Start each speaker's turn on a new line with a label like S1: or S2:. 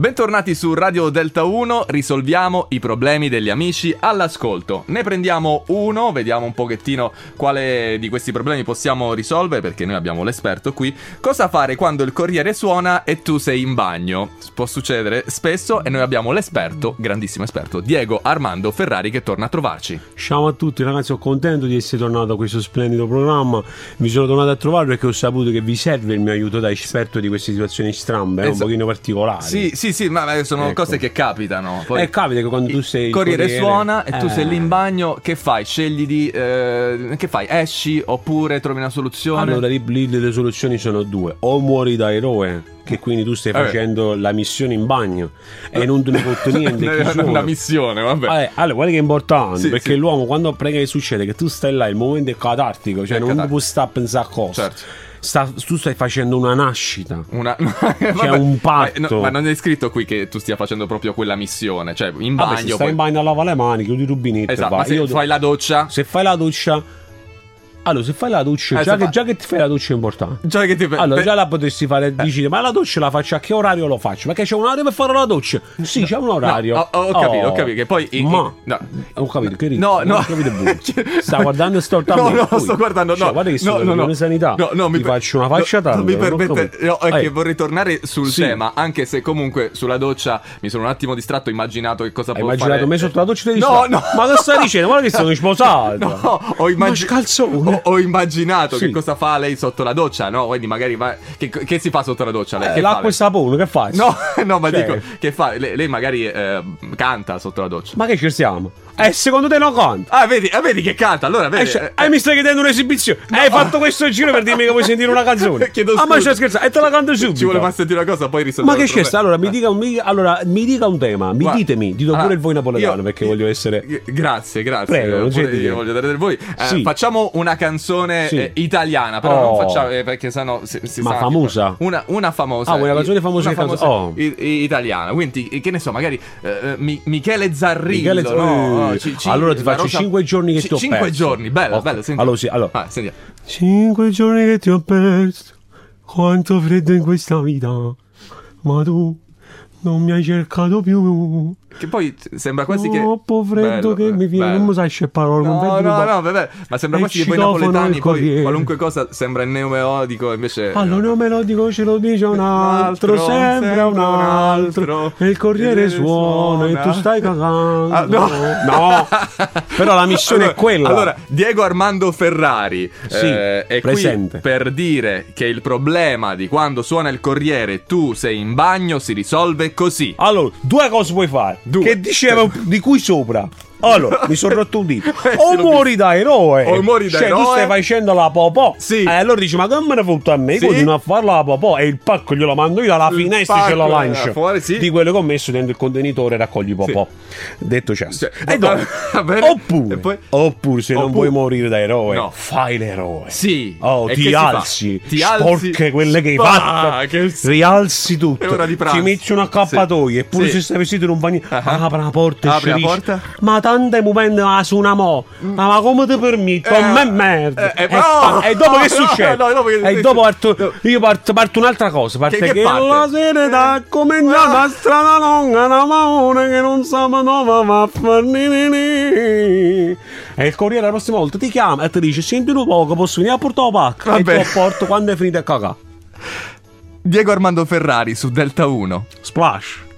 S1: Bentornati su Radio Delta 1, risolviamo i problemi degli amici all'ascolto. Ne prendiamo uno, vediamo un pochettino quale di questi problemi possiamo risolvere perché noi abbiamo l'esperto qui. Cosa fare quando il corriere suona e tu sei in bagno? Può succedere spesso e noi abbiamo l'esperto, grandissimo esperto, Diego Armando Ferrari che torna a trovarci.
S2: Ciao a tutti ragazzi, sono contento di essere tornato a questo splendido programma. Mi sono tornato a trovare perché ho saputo che vi serve il mio aiuto da esperto di queste situazioni strambe, eh,
S1: Esatto.
S2: un pochino particolari.
S1: Sì, sì, sì, ma eh, sono
S2: Ecco.
S1: cose che capitano. Poi...
S2: Eh, capita che quando tu sei
S1: il
S2: il
S1: corriere suona e tu
S2: eh,
S1: sei lì in bagno, che fai? Scegli di... eh, che fai? Esci oppure trovi una soluzione?
S2: Allora lì, lì le soluzioni sono due: o muori da eroe, che quindi tu stai
S1: Vabbè.
S2: facendo la missione in bagno e non te ne conto niente. chi
S1: Eh. Una-
S2: suona.
S1: una missione, vabbè.
S2: Eh, allora, guarda che è importante
S1: Sì,
S2: perché
S1: sì.
S2: l'uomo quando prega che succede che tu stai là, il momento è catartico, cioè
S1: È
S2: non
S1: catartico.
S2: può stare a pensare a cosa.
S1: Certo.
S2: Sta- tu stai facendo una nascita.
S1: Una... C'è
S2: un patto.
S1: Ma, no, ma non è scritto qui che tu stia facendo proprio quella missione, cioè in
S2: Vabbè,
S1: bagno.
S2: se stai
S1: poi-
S2: in bagno, lava le mani, chiudi il rubinetto.
S1: Esatto,
S2: va.
S1: ma se
S2: Io-
S1: fai la doccia...
S2: se fai la doccia, allora se fai la doccia,
S1: Eh,
S2: già,
S1: se
S2: che,
S1: fa-
S2: già che ti fai la doccia è importante.
S1: Già cioè che ti... pe-
S2: Allora,
S1: pe-
S2: già la potresti
S1: Eh.
S2: fare, dici, ma la doccia la faccio a che orario lo faccio? Perché c'è un orario per fare la doccia? Sì, c'è un orario. Oh.
S1: ho- ho capito, ho capito, che poi i-
S2: Ma-
S1: i- no.
S2: Ho capito, che ridi?
S1: No, no.
S2: Ho capito buio. Sta guardando sto Cioè,
S1: No, no, sto guardando. No,
S2: guarda che sto
S1: no, no, no.
S2: sanità.
S1: No, no, mi
S2: Ti
S1: per-
S2: faccio una faccia
S1: no, non
S2: tarda,
S1: mi
S2: ho
S1: permette.
S2: capito.
S1: no, è
S2: Eh,
S1: che vorrei tornare sul
S2: Sì.
S1: tema, anche se comunque sulla doccia mi sono un attimo distratto, ho immaginato che cosa
S2: Hai
S1: può fare.
S2: immaginato me sotto la doccia di
S1: No, no.
S2: Ma che stai dicendo? Guarda che sono sposato.
S1: No, ho, immagi- Oh,
S2: Ma scalzone.
S1: ho- ho immaginato
S2: Sì.
S1: che cosa fa lei sotto la doccia, no? Quindi magari va- che, che si fa sotto la doccia lei?
S2: Eh,
S1: Che fa
S2: l'acqua
S1: lei?
S2: e sapone, che fai?
S1: No, no, ma
S2: Cioè-
S1: dico, che fa? Lei, lei magari eh, canta sotto la doccia.
S2: Ma che ci siamo? Eh, secondo te non conta?
S1: Ah, vedi, ah, vedi che canta, allora
S2: Eh,
S1: vedi.
S2: cioè, eh, mi stai chiedendo un'esibizione? Hai fatto questo giro per dirmi che vuoi sentire una canzone?
S1: Chiedo
S2: ah, ma
S1: scusa.
S2: c'è scherzando, e te la canto subito.
S1: Ci voleva sentire una cosa, poi risolviamo
S2: Ma che
S1: il
S2: scherzo?
S1: problema.
S2: Allora mi, dica un, mi, allora, mi dica un tema, mi
S1: Ah. Guarda,
S2: ditemi, dito
S1: allora,
S2: pure il voi napoletano
S1: io-
S2: perché voglio essere...
S1: G- Grazie, grazie.
S2: Prego, non c'è
S1: Pure
S2: di che.
S1: io voglio dare del voi. Eh,
S2: Sì.
S1: Facciamo una canzone
S2: Sì.
S1: eh, italiana, però
S2: Oh.
S1: non facciamo eh, perché sennò si, si
S2: Ma
S1: sa-
S2: famosa?
S1: Una, una famosa.
S2: Ah, una canzone
S1: I-
S2: famosa
S1: una
S2: che canzo- oh.
S1: i- i- italiana. Quindi eh, che ne so, magari eh, Mi- Michele Zarrillo.
S2: Michele-
S1: no?
S2: eh, allora ti
S1: la
S2: faccio cinque giorni che ti ho
S1: 5
S2: perso.
S1: giorni, bella,
S2: Ok.
S1: bella. senti.
S2: Allora, sì, allora.
S1: Ah, sentiamo.
S2: Cinque giorni che ti ho perso, quanto freddo in questa vita, ma tu non mi hai cercato più.
S1: Che poi t- sembra quasi che.
S2: Troppo freddo
S1: Bello, eh,
S2: che mi viene,
S1: bello.
S2: non mi sai sce parole. non
S1: No,
S2: vedo
S1: no,
S2: l'ora.
S1: no, vabbè, ma sembra
S2: E
S1: quasi che voi
S2: citofono il
S1: napoletani poi
S2: Corriere.
S1: qualunque cosa sembra neomelodico, invece
S2: Ah, Allora non me lo dico, ce lo dice un altro,
S1: altro,
S2: sembra un altro. E il corriere suona e tu stai cagando.
S1: Ah, no.
S2: No. però la missione
S1: Allora-
S2: è quella.
S1: Allora, Diego Armando Ferrari
S2: Sì,
S1: eh, è
S2: presente.
S1: qui per dire che il problema di quando suona il corriere e tu sei in bagno si risolve così.
S2: Allora, due cose puoi fare.
S1: Due.
S2: Che dicevo di cui sopra. Allora, mi sono rotto un dito.
S1: Eh, sì,
S2: O
S1: l'ho
S2: muori da eroe.
S1: O muori da
S2: cioè, tu
S1: eroe.
S2: stai facendo la popò.
S1: Sì.
S2: E allora dici, ma come me ne foto a me? Io
S1: Sì.
S2: Continuo a farla la popò. E il pacco glielo mando io alla
S1: Il
S2: finestra ce
S1: pacco
S2: la
S1: era
S2: lancio.
S1: fuori, sì.
S2: Di quello che ho messo dentro il contenitore raccogli popò. Detto ciò.
S1: Cioè,
S2: E dopo-
S1: va bene.
S2: oppure,
S1: E poi-
S2: oppure, se non
S1: Oppure-
S2: vuoi morire da eroe,
S1: No.
S2: fai l'eroe.
S1: Sì.
S2: Oh,
S1: E che si
S2: ti
S1: fa?
S2: alzi,
S1: Ti alzi.
S2: sporche quelle che hai
S1: Ah,
S2: fatto,
S1: che schifo.
S2: rialzi tutto,
S1: È ora di pranzo.
S2: ti metti una accappatoio,
S1: Sì.
S2: eppure
S1: Sì.
S2: se stai vestito in un bagno,
S1: Ah.
S2: apri la porta e
S1: Apri
S2: ci
S1: la
S2: dici,
S1: porta. Mm.
S2: ma tante momenti ma su una mo, Ah, ma come ti permetto,
S1: Eh,
S2: a me è merda,
S1: eh, eh,
S2: e,
S1: no,
S2: fa- e dopo
S1: no,
S2: che
S1: no,
S2: succede?
S1: no, dopo che-
S2: e dopo parto, io parto, parto un'altra cosa, parte
S1: Che-
S2: che,
S1: che parte?
S2: la serenità come una strada lunga, una maone che non sa ma no, ma va a far ni ni ni. E il corriere la prossima volta ti chiama e ti dice, senti un poco, posso venire a portare la pacca? E
S1: Vabbè.
S2: te lo porto quando è finita a cagà.
S1: Diego Armando Ferrari su Delta 1.
S2: Splash.